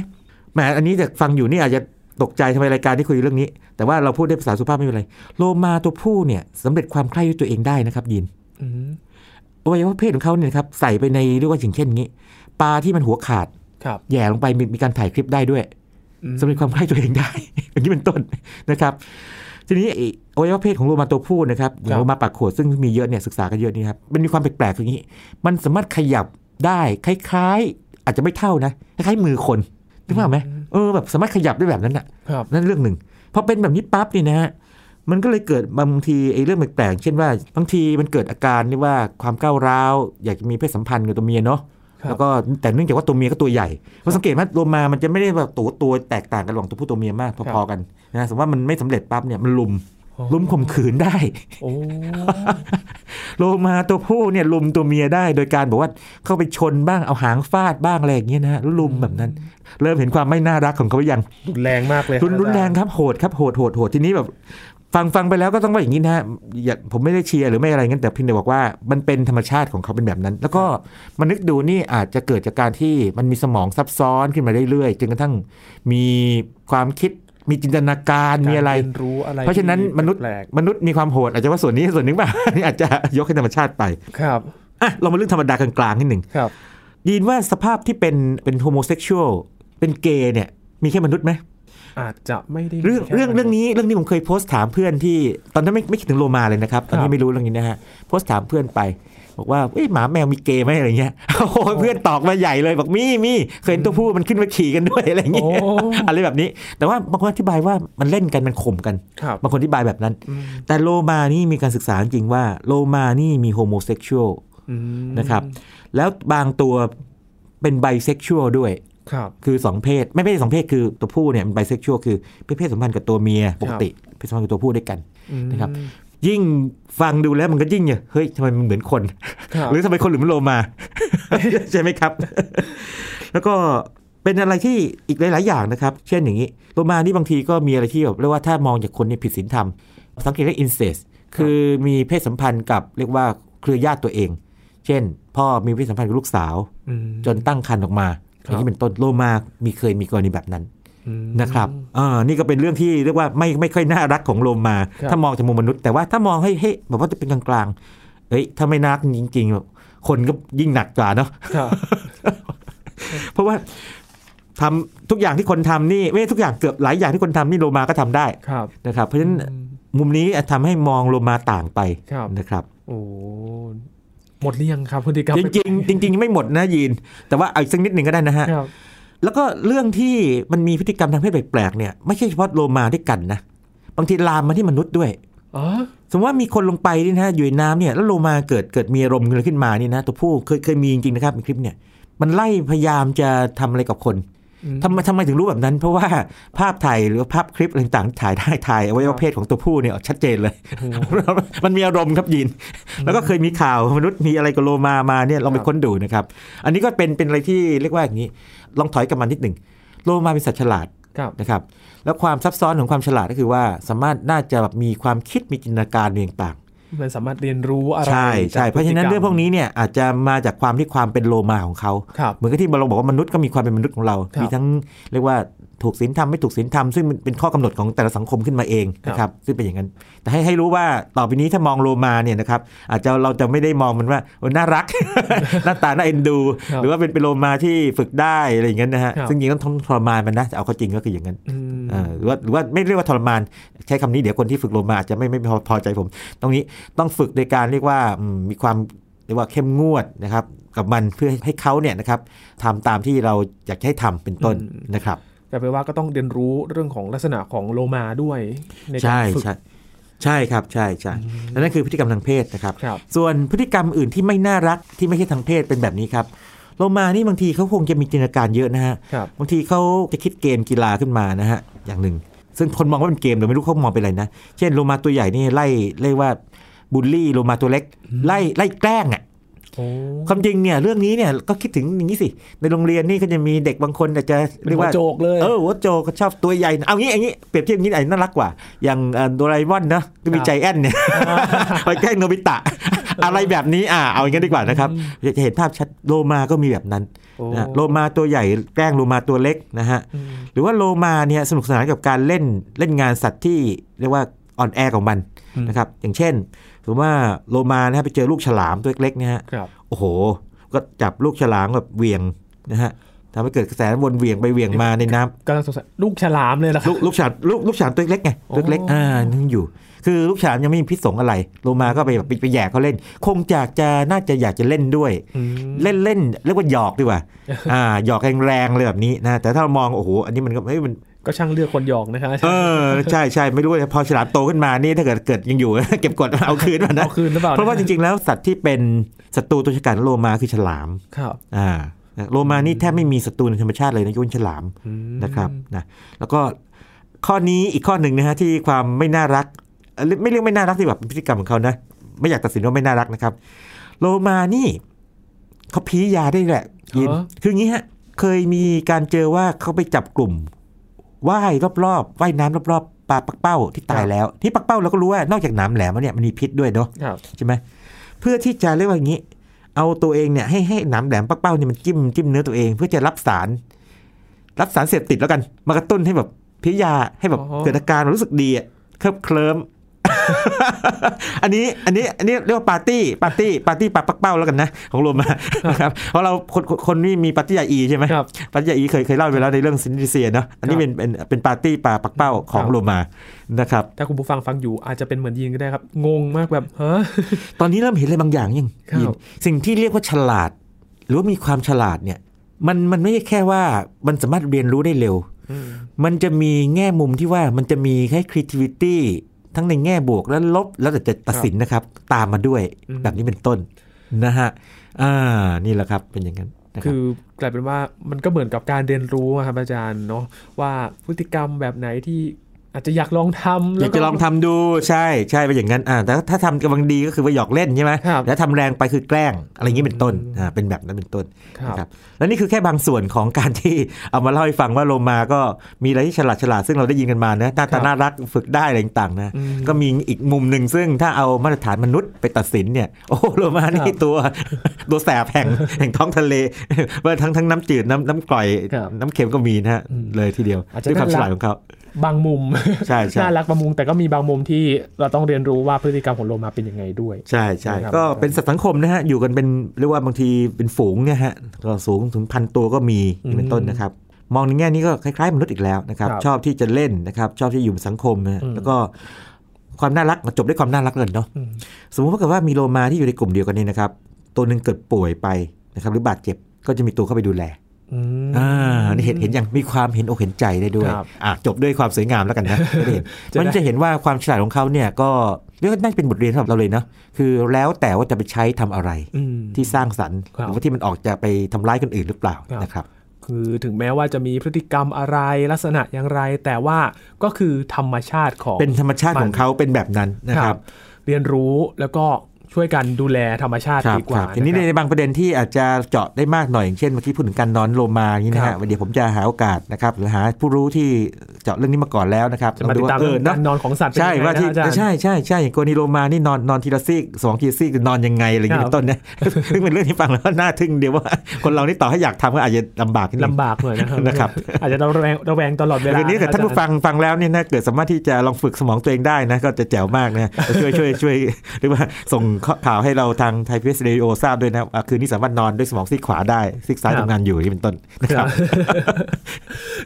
Speaker 2: แหมอันนี้จะฟังอยู่นี่อาจจะตกใจทำไมรายการที่คุยเรื่องนี้ แต่ว่าเราพูดด้วยภาษาสุภาพไม่เป็นไรโลมาตัวผู้เนี่ยสำเร็จความใคร่ด้วยตัวเองได้นะครับยิน
Speaker 1: อืม
Speaker 2: อวัยวะเพศของเขาเนี่ยนะครับใส่ไปในเรียกว่าอย่างเช่นอย่างนี้ปลาที่มันหัวขาด
Speaker 1: ครับ
Speaker 2: แหย่ลงไปมีมีการถ่ายคลิปได้ด้วย
Speaker 1: อืม
Speaker 2: สำเร็จความใคร่ตัวเองได้ อย่างนี้เป็นต้นนะครับทีนี้ไอ้อวัยวะเพศของโลมาตัวผู้นะครับอย่างโลมาปากขวดซึ่งมีเยอะเนี่ยศึกษากันเยอะนี่ครับมันมีความแปลกๆคืออย่างนี้ มันสามารถขยับได้คล้ายๆ อาจจะไม่เท่านะคล้ายๆมือคนนึกภาพไหมเออแบบสามารถขยับได้แบบนั้นอ่ะ
Speaker 1: ครับ
Speaker 2: นั่นเรื่องหนึ่งพอเป็นแบบนี้ปั๊บเนี่ยนะฮะมันก็เลยเกิดบางทีไอ้เรื่องแปลกๆเช่นว่าบางทีมันเกิดอาการที่ว่าความก้าวร้าว อยากจะมีเพศสัมพันธ์กับตัวเมียเนาะ
Speaker 1: ครับ
Speaker 2: แล้วก็แต่เนื่องจากว่าตัวเมียก็ตัวใหญ่เราสังเกตไหมโลมามันจะไม่ได้แบบตัวตัวแตกต่างกันระหว่างตัวผู้ตัวเมียมากพอๆกันนะสมมติว่ามันไม่สำเร็จปั๊บเนี่ยมันลุมลุมข่มขืนได้
Speaker 1: โอ้
Speaker 2: โลมาตัวผู้เนี่ยลุมตัวเมียได้ โดยการบอกว่าเข้าไปชนบ้างเอาหางฟาดบ้างอะไรอย่างเงี้ยนะฮะแล้วลุมแบบนั้น เริ่มเห็นความไม่น่ารักของเขาหรือยัง
Speaker 1: รุนแรงมากเลยคบ
Speaker 2: รุนรุนแรงครับโหดครับโหดโหดโหดทีนี้แบบฟังฟังไปแล้วก็ต้องว่าอย่างนี้นะฮะอย่าผมไม่ได้เชียร์หรือไม่อะไรงั้นแต่เพียงแต่บอกว่ามันเป็นธรรมชาติของเขาเป็นแบบนั้น แล้วก็มันนึกดูนี่อาจจะเกิดจากการที่มันมีสมองซับซ้อนขึ้นมาเรื่อยๆจนกระทั่งมีความคิดมีจินตนาการ
Speaker 1: กา
Speaker 2: มีอะไร
Speaker 1: เรียนรู้อะไร
Speaker 2: เพราะฉะนั้น
Speaker 1: ที่
Speaker 2: มนุษย์
Speaker 1: แปลก
Speaker 2: มนุษย์มีความโหดอาจจะว่าส่วนนี้ส่วนหนึ่งเปล่า นี่อาจจะยกให้ธรรมชาติไป
Speaker 1: ครับ
Speaker 2: อ่ะเรามาเรื่องธรรมดากลางๆนิดหนึ่ง
Speaker 1: ครับ
Speaker 2: ยินว่าสภาพที่เป็นเป็นโฮโมเซ็กชวลเป็นเกย์เนี่ยมีแค่มนุษย์ไหม
Speaker 1: อาจจะไม่ได้
Speaker 2: เรื่อง
Speaker 1: มีแค่
Speaker 2: เรื่องเรื่องนี้เรื่องนี้ผมเคยโพสต์ถามเพื่อนที่ตอนนั้นไม่ไม่คิดถึงโลมาเลยนะครับตอนนี้ไม่รู้เรื่องนี้นะฮะโพสต์ถามเพื่อนไป บอกว่าเอ้ยหมาแมวมีเกย์ไหมอะไรเงี้ย โอ้โหเพื่อนตอกมาใหญ่เลยบอกมีมีเคยเห็นตัวผู้มันขึ้นมาขี่กันด้วยอะไร
Speaker 1: โอ้
Speaker 2: เงี้ยอะไรแบบนี้ แต่ว่าบางคนอธิบายว่ามันเล่นกันมันข่มกัน
Speaker 1: ครับ
Speaker 2: บางคนอธิบายแบบนั้น
Speaker 1: อืม
Speaker 2: แต่โลมานี่มีการศึกษาจริงๆว่าโลมานี่มีโฮโมเซ็กชวล
Speaker 1: อืม
Speaker 2: นะครับ แล้วบางตัวเป็นไบเซ็กชวลด้วย
Speaker 1: ครับ
Speaker 2: คือสองเพศไม่ไม่ใช่สองเพศคือตัวผู้เนี่ยมันไบเซ็กชวลคือเพศสัมพันธ์กับตัวเมียปกติเพศสัมพันธ์กับตัวผู้ด้วยกัน
Speaker 1: อืม
Speaker 2: นะครับ ยิ่งฟังดูแล้วมันก็ยิ่งเนี่ยเฮ้ยทำไมมันเหมือนคน
Speaker 1: ครับ
Speaker 2: หรือทำไมคนหรือมันโลมา ใช่ไหมครับ แล้วก็เป็นอะไรที่อีกหลาย ๆ อย่างนะครับ เช่นอย่างนี้โลมานี่บางทีก็มีอะไรที่แบบเรียกว่าถ้ามองจากคนเนี่ยผิดศีลธรรมสังเกตได้อินเซสคือมีเพศสัมพันธ์กับเรียกว่าเครือญาติตัวเอง เช่น พ่อมีเพศสัมพันธ์กับลูกสาว
Speaker 1: อืม
Speaker 2: จนตั้งครรภ์ออกมา
Speaker 1: ค
Speaker 2: อ
Speaker 1: รับ
Speaker 2: ย่างนี้เป็นต้นโลมา มีเคยมีกรณีแบบนั้น
Speaker 1: อืม
Speaker 2: นะครับอ่านี่ก็เป็นเรื่องที่เรียกว่าไม่ไม่ค่อยน่ารักของโลมา
Speaker 1: ครับ
Speaker 2: ถ้ามองจากมุมมนุษย์ แต่ว่าถ้ามองให้ให้แบบว่าจะเป็นกลางๆเอ้ยถ้าไม่น่ารักจริง ๆแบบคนก็ยิ่งหนักกว่าเนาะ
Speaker 1: ครับ
Speaker 2: เพราะว่า ทำทุกอย่างที่คนทำนี่ไม่ใช่ทุกอย่างเกือบหลายอย่างที่คนทำนี่โลมาก็ทำได้
Speaker 1: ครับ
Speaker 2: นะครับ เพราะฉะนั้น
Speaker 1: อืม
Speaker 2: มุมนี้ทำให้มองโลมาต่างไป
Speaker 1: ครับ
Speaker 2: นะครับ
Speaker 1: โอ้หมดหรือยังครับพฤติกรรม
Speaker 2: จริงๆจริง ๆ ไม่หมดนะยีน แต่ว่าเอาอีกสักนิดหนึ่งก็ได้นะฮะ
Speaker 1: ครับ
Speaker 2: แล้วก็เรื่องที่มันมีพฤติกรรมทางเพศแปลกๆเนี่ยไม่ใช่เฉพาะโลมาด้วยกันนะบางทีลามมาที่มนุษย์ด้วย
Speaker 1: อ๋อ
Speaker 2: สมมติว่ามีคนลงไปนี่นะฮะอยู่ในน้ำเนี่ยแล้วโลมาเกิดเกิดมีอารมณ์อะไรขึ้นมานี่นะตัวผู้เคยเคยมีจริงๆนะครับในคลิปเนี่ยมันไล่พยายามจะทำอะไรกับคน
Speaker 1: อืม
Speaker 2: ทำไมทำไมถึงรู้แบบนั้น เพราะว่าภาพถ่ายหรือว่าภาพคลิปอะไรต่างๆที่ถ่ายได้ถ่ายเอาไว้ว่าเพศของตัวผู้เนี่ยชัดเจนเลย มันมีอารมณ์ครับยิน แล้วก็เคยมีข่าวมนุษย์มีอะไรกับโลมามาเนี่ยลองไป
Speaker 1: ครับ
Speaker 2: ค้นดูนะครับ อันนี้ก็เป็นเป็นอะไรที่เรียกว่าอย่างนี้ ลองถอยกลับมานิดหนึ่งโลมาเป็นสัตว์ฉลาด
Speaker 1: ครับ
Speaker 2: นะครับแล้วความซับซ้อนของความฉลาดก็คือว่าสามารถน่าจะแบบมีความคิดมีจินตนาการเรียงต่าง
Speaker 1: มันสามารถเรียนรู้อะไร
Speaker 2: ใช่ใช่
Speaker 1: จก
Speaker 2: เพราะฉะนั้น
Speaker 1: ติม
Speaker 2: เรื่องพวกนี้เนี่ยอาจจะมาจากความที่ความเป็นโลมาของเขา
Speaker 1: ครับ
Speaker 2: เหมือนกับที่เราบอกว่ามนุษย์ก็มีความเป็นมนุษย์ของเรา
Speaker 1: ครับ
Speaker 2: มีทั้งเรียกว่าถูกศีลธรรมไม่ถูกศีลธรรมซึ่งมันเป็นข้อกำหนดของแต่ละสังคมขึ้นมาเองนะครับซึ่งเป็นอย่างนั้น แต่ให้ให้รู้ว่าต่อไปนี้ถ้ามองโลมาเนี่ยนะครับอาจจะเราจะไม่ได้มองมันว่าโอ้น่ารัก หน้าตาน่าเอ็นดู
Speaker 1: ครับ
Speaker 2: หรือว่าเป็นเป็นโลมาที่ฝึกได้อะไรอย่างนั้นนะฮะ
Speaker 1: ครับ
Speaker 2: ซึ่งจริงๆต้องทรมานมันนะแต่เอาเข้าจริงก็คืออย่างนั้น
Speaker 1: อืม
Speaker 2: เอ่อหรือว่าหรือว่าไม่เรียกว่าทรมาน ใช้คำนี้เดี๋ยวคนที่ฝึกโลมาอาจจะไม่ไม่พอพอใจผม ตรงนี้ต้องฝึกในการเรียกว่าอืมมีความเรียกว่าเข้มงวดนะครับ กับมันเพื่อให้เขาเนี่ยนะครับทำตามที่เราอยากให้ทำเป็นต้น
Speaker 1: อืม
Speaker 2: นะครับ
Speaker 1: แต่แปลว่าก็ต้องเรียนรู้เรื่องของลักษณะของโลมาด้วยในกา
Speaker 2: ใช่
Speaker 1: รฝึก
Speaker 2: ใช่ใช่ครับใช่ใช่และนั่นคือพฤติกรรมทางเพศนะครับ
Speaker 1: ครับ
Speaker 2: ส่วนพฤติกรรมอื่นที่ไม่น่ารักที่ไม่ใช่ทางเพศเป็นแบบนี้ครับโลมานี่บางทีเขาคงจะมีจินตนาการเยอะนะฮะ
Speaker 1: ครับ
Speaker 2: บางทีเขาจะคิดเกมกีฬาขึ้นมานะฮะ อย่างหนึ่ง ซึ่งคนมองว่าเป็นเกมแต่ไม่รู้เขามองเป็นอะไรนะ เช่นโลมาตัวใหญ่นี่ไล่เรียกว่าบูลลี่โลมาตัวเล็ก ไล่ไล่แกล้งอ่ะ
Speaker 1: โอ้
Speaker 2: ความจริงเนี่ยเรื่องนี้เนี่ยก็คิดถึงอย่างนี้สิ ในโรงเรียนนี่ก็จะมีเด็กบางคนอาจจะ
Speaker 1: เป็น
Speaker 2: เรียก
Speaker 1: หัว
Speaker 2: ว่า
Speaker 1: โจกเลย
Speaker 2: เออหัวโจกก็ชอบตัวใหญ่ เอางี้เอางี้เปรียบเทียบอย่างนี้ไอ้น่ารักกว่า อย่างเอ่อโดราเอมอนนะก็มี
Speaker 1: ครับ
Speaker 2: ใจแอนเนี่ย ไปแกล้งโนบิ ตะ อะไรแบบนี้อ่าเอาอย่างนี้นดีกว่านะครับจะเห็นภาพชัดโลมาก็มีแบบนั้นนะ
Speaker 1: โอ้
Speaker 2: โลมาตัวใหญ่แกล้งโลมาตัวเล็กนะฮะ
Speaker 1: อืม
Speaker 2: หรือว่าโลมาเนี่ยสนุกสนานกับการเล่นเล่นงานสัตว์ที่เรียกว่าอ่อนแอของมัน
Speaker 1: อืม
Speaker 2: นะครับอย่างเช่นสมมติว่าโลมานะฮะไปเจอลูกฉลามตัวเล็กๆเนี่ยฮะ
Speaker 1: ครับ
Speaker 2: โอ้โห ก็จับลูกฉลามแบบเหวี่ยงนะฮะทำให้เกิดกระแสวนเหวี่ยงไปเหวี่ยงมาในน้ำ
Speaker 1: กำลังสงสัยลูกฉลามเลยนะครับ
Speaker 2: ลูกลูกฉลามลูกลูกฉลามตัวเล็กไง
Speaker 1: อ๋อ
Speaker 2: ตัวเล็กอ่านั่งอยู่ คือลูกฉลามยังไม่มีพิษสงอะไรโลมาก็ไปแบบไปไปแหย่เขาเล่น คงจากจะน่าจะอยากจะเล่นด้วย
Speaker 1: อืม
Speaker 2: เล่นเล่นเรียกว่าหยอกดีกว่า อ่าหยอกแรงๆเลยแบบนี้นะแต่ถ้าเรามองโอ้โหอันนี้มันก็เฮ้ยมัน
Speaker 1: ก็ช่างเลือกคนหยอกนะคะ
Speaker 2: เออใช่ใช่ไม่รู้ว่าพอฉลามโตขึ้นมานี่ถ้าเกิดเกิดยังอยู่ เก็บกดเอาคืนมานะ
Speaker 1: เอาคืนหรือเปล่า
Speaker 2: เพราะว่าจริงๆแล้วสัตว์ที่เป็นศัตรูตัวฉกาจของโลมาคือฉลาม
Speaker 1: ๆครับ
Speaker 2: อ่าโลมานี่แทบไม่มีศัตรูในธรรมชาติเลยนะยกเว้นฉลาม
Speaker 1: อืม
Speaker 2: นะครับนะแล้วก็ข้อนี้อีกข้อหนึ่งนะฮะที่ความไม่น่ารักเอ่อไม่เรียกไม่น่ารักที่แบบพฤติกรรมของเขานะ ไม่อยากตัดสินว่าไม่น่ารักนะครับ โลมานี่เขาพียาได้แหละยิน
Speaker 1: เหรอ
Speaker 2: คืออย่างนี้ฮะเคยมีการเจอว่าเขาไปจับกลุ่มว่ายรอบๆว่ายน้ำรอบๆปลาปักเป้าที่ตายแล้วที่ปักเป้าเราก็รู้ว่านอกจากหน้ำแหลมแล้วเนี่ยมันมีพิษด้วยเนาะ
Speaker 1: ครับ
Speaker 2: ใช่ไหมเพื่อที่จะเรียกว่าอย่างนี้ เอาตัวเองเนี่ยให้ให้หนามแหลมปักเป้าเนี่ยมันจิ้มจิ้มเนื้อตัวเอง เพื่อจะรับสาร รับสารเสพติดแล้วกัน มากระตุ้นให้แบบพิยาให้แบบ
Speaker 1: อ๋อ
Speaker 2: เกิดอาการรู้สึกดีอะเคลิบเคลิ้ม อันนี้อันนี้อันนี้เรียกว่าปาร์ตี้ปาร์ตี้ปาร์ตี้ปาปักเป้าแล้วกันนะ ของรวมมา นะครับเพราะเราคนคนคนนี่มีปาร์ตี้ยาอีใช่ไหม
Speaker 1: ครับ
Speaker 2: ปาร์ตี้ยาอีเคยเคยเล่าไปแล้วในเรื่องซินดิเซียเนาะอันนี้เป็นเป็นเป็นปาร์ตี้ปาปักเป้าของ
Speaker 1: ครับ
Speaker 2: โรมานะครับ
Speaker 1: ถ้าคุณผู้ฟังฟังอยู่อาจจะเป็นเหมือนยีนก็ได้ครับ งงมากแบบฮะ
Speaker 2: ตอนนี้เริ่มเห็นอะไรบางอย่างยัง
Speaker 1: ครับ
Speaker 2: ยินสิ่งที่เรียกว่าฉลาด หรือว่ามีความฉลาดเนี่ยมันมันไม่ใช่แค่ว่ามันสามารถเรียนรู้ได้เร็ว
Speaker 1: อืม
Speaker 2: มันจะมีแง่มุมที่ว่ามันจะมีให้ creativity ทั้งในแง่บวกและลบแล้วแต่จะตัดสินนะครับ ตามมาด้วย
Speaker 1: อืม
Speaker 2: แบบนี้เป็นต้นนะฮะอ่านี่แหละครับเป็นอย่างนั้นนะรับ
Speaker 1: คือกลายเป็นว่ามันก็เหมือนกับการเรียนรู้อะครับอาจารย์เนาะว่าพฤติกรรมแบบไหนที่อาจจะอยากลองทำ
Speaker 2: อ
Speaker 1: แวย
Speaker 2: าก
Speaker 1: ก็
Speaker 2: จะลองทำดูใช่ใช่เป็นอย่างนั้นอ่าแต่ถ้าทำกำลังดีก็คือว่าหยอกเล่นใช่ไหม
Speaker 1: ครับ
Speaker 2: แล้วทำแรงไปคือแกล้งอะไรอย่างนี้เป็นต้นอ่าเป็นแบบนั้นเป็นต้น
Speaker 1: ครับ
Speaker 2: นะครับแล้วนี่คือแค่บางส่วนของการที่ เอามาเล่าให้ฟังว่าโลมาก็มีอะไรที่ฉลาดฉลาดซึ่งเราได้ยินกันมานะหน้าตาน่ารักฝึกได้อะไรต่างๆนะ
Speaker 1: อืม
Speaker 2: ก็มีอีกมุมหนึ่งซึ่งถ้าเอามาตรฐานมนุษย์ไปตัดสินเนี่ย โอ้โหโลมา
Speaker 1: ครั
Speaker 2: นี่
Speaker 1: บ
Speaker 2: ตัว ตัวแสบแห่ง แห่งท้องทะเลว่าทั้งทั้งน้ำจืดน้ำน้ำกร่อย
Speaker 1: ครับ
Speaker 2: น้ำเค็มก็มีนะฮะ
Speaker 1: อืม
Speaker 2: เลยทีเดียว
Speaker 1: อาจจะ
Speaker 2: ด้วยความฉ
Speaker 1: น่ารัก
Speaker 2: ลาดของเขา
Speaker 1: บางมุม
Speaker 2: ใช่ใช่
Speaker 1: น่ารักบางมุมแต่ก็มีบางมุมที่เราต้องเรียนรู้ว่าพฤติกรรมของโลมาเป็นยังไงด้วย
Speaker 2: ใช่ใช่
Speaker 1: นะครับ
Speaker 2: ก็เป็นสัตว์สังคมนะฮะ อยู่กันเป็นเรียกว่าบางทีเป็นฝูงเนี่ยฮะก็สูงถึงพันตัวก็มี
Speaker 1: อืม
Speaker 2: เป็นต้นนะครับ มองในแง่นี้ก็คล้ายๆมนุษย์อีกแล้วนะครับ
Speaker 1: ครับ
Speaker 2: ชอบที่จะเล่นนะครับ ชอบที่อยู่ในสังคมนะ
Speaker 1: อืม
Speaker 2: แล้วก็ความน่ารักมาจบด้วยความน่ารักเลยเนาะ
Speaker 1: อืม
Speaker 2: สมมติว่าเกิดว่ามีโลมาที่อยู่ในกลุ่มเดียวกันนี้นะครับ ตัวหนึ่งเกิดป่วยไปนะครับหรือบาดเจ็บก็จะมีตัวเข้าไปดูแล
Speaker 1: อืม
Speaker 2: อ่านี่เห็นเห็นอย่างมีความเห็นอกเห็นใจได้ด้วย
Speaker 1: ครับ
Speaker 2: อ่ะจบด้วยความสวยงามแล้วกัน นะ จะ
Speaker 1: จะได้
Speaker 2: ได้เห็นมันจะเห็นว่าความฉลาดของเขาเนี่ยก็เรียกว่าน่าจะเป็นบทเรียนสำหรับเราเลยเนาะคือแล้วแต่ว่าจะไปใช้ทำอะไร
Speaker 1: อืม
Speaker 2: ที่สร้างสรรค์
Speaker 1: ครับ
Speaker 2: หรือว่าที่มันออกจะไปทำร้ายคนอื่นหรือเปล่า
Speaker 1: ครับ
Speaker 2: นะครับ
Speaker 1: คือถึงแม้ว่าจะมีพฤติกรรมอะไรลักษณะอย่างไร แต่ว่าก็คือธรรมชาติของ
Speaker 2: เป็นธรรมชาติของ
Speaker 1: มัน
Speaker 2: เขาเป็นแบบนั้นนะครับ
Speaker 1: เรียนรู้แล้วก็ช่วยกันดูแลธรรมชาติ
Speaker 2: ครับ
Speaker 1: ดีกว่า
Speaker 2: ครับทีนี้
Speaker 1: ะครับ
Speaker 2: ในบางประเด็นที่อาจจะเจาะได้มากหน่อยอย่างเช่นเมื่อกี้พูดถึงการนอนโลมาอย่างนี้นะ
Speaker 1: ครั
Speaker 2: ฮะ
Speaker 1: บ
Speaker 2: วันเดี๋ยวผมจะหาโอกาสนะครับหรือหาผู้รู้ที่เจาะเรื่องนี้มาก่อนแล้วนะครับ
Speaker 1: จะมาติดตาม
Speaker 2: เอ
Speaker 1: เรื่
Speaker 2: อ
Speaker 1: อง
Speaker 2: เน
Speaker 1: กา
Speaker 2: อะ
Speaker 1: รนอนของสัตว์เป็น
Speaker 2: ใช่
Speaker 1: ยังไง
Speaker 2: ว่าที่
Speaker 1: นะอาจารย์
Speaker 2: ใช่ใช่ใช่อย่างกรณีโลมานี่นอนนอนทีละซีกสองทีละซีกนอนยังไงอะไรอย่างนี้
Speaker 1: ครับ
Speaker 2: เป็นต้นเนี่ย ซึ่งเป็นเรื่องที่ฟังแล้วน่าทึ่งเดียวว่า คนเรานี่ต่อให้อยากทำก็อาจจะลำบากนิดนึง
Speaker 1: ลำบากเหมือนนะครับ
Speaker 2: นะครับ
Speaker 1: อาจจะระแวงระแวงตลอดเวลา
Speaker 2: คืนนี้ถ้าท่านผู้
Speaker 1: อจรย์
Speaker 2: ฟังฟังแล้วเนี่ยนะเกิดสามารถที่จะลองฝึกสมองตัวเองได้นะก็จะแจ๋วมากนะ ช่วยช่วยช่วยหรือว่าส่งข่าวให้เราทางไทยพีเอสเรดิโอทราบด้วยนะอ่ะคืนนี้สามารถนอนด้วยสมองซีกขวาได้ซีกซ้ายทำงานอยู่นี่เป็นต้นนะครับ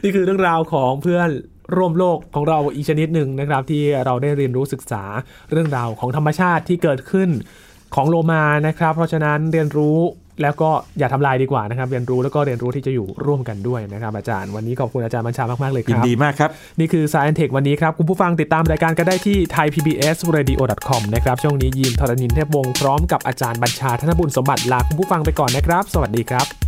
Speaker 1: นี่คือเรื่องราวของเพื่อนร่วมโลกของเราอีกชนิดหนึ่งนะครับ ที่เราได้เรียนรู้ศึกษาเรื่องราวของธรรมชาติที่เกิดขึ้นของโลมานะครับ เพราะฉะนั้นเรียนรู้แล้วก็อย่าทำลายดีกว่านะครับ เรียนรู้แล้วก็เรียนรู้ที่จะอยู่ร่วมกันด้วยนะครับ อาจารย์วันนี้ขอบคุณอาจารย์บัญชามากๆเลยค
Speaker 2: ยิน
Speaker 1: รับ
Speaker 2: ดีมากครับ
Speaker 1: นี่คือ Science Tech วันนี้ครับ คุณผู้ฟังติดตามรายการก็ได้ที่ thaipbsradio.com นะครับ ช่วงนี้ยีนทรณินเทพวงศ์พร้อมกับอาจารย์บัญชาธนบุญสมบัติลาคุณผู้ฟังไปก่อนนะครับ สวัสดีครับ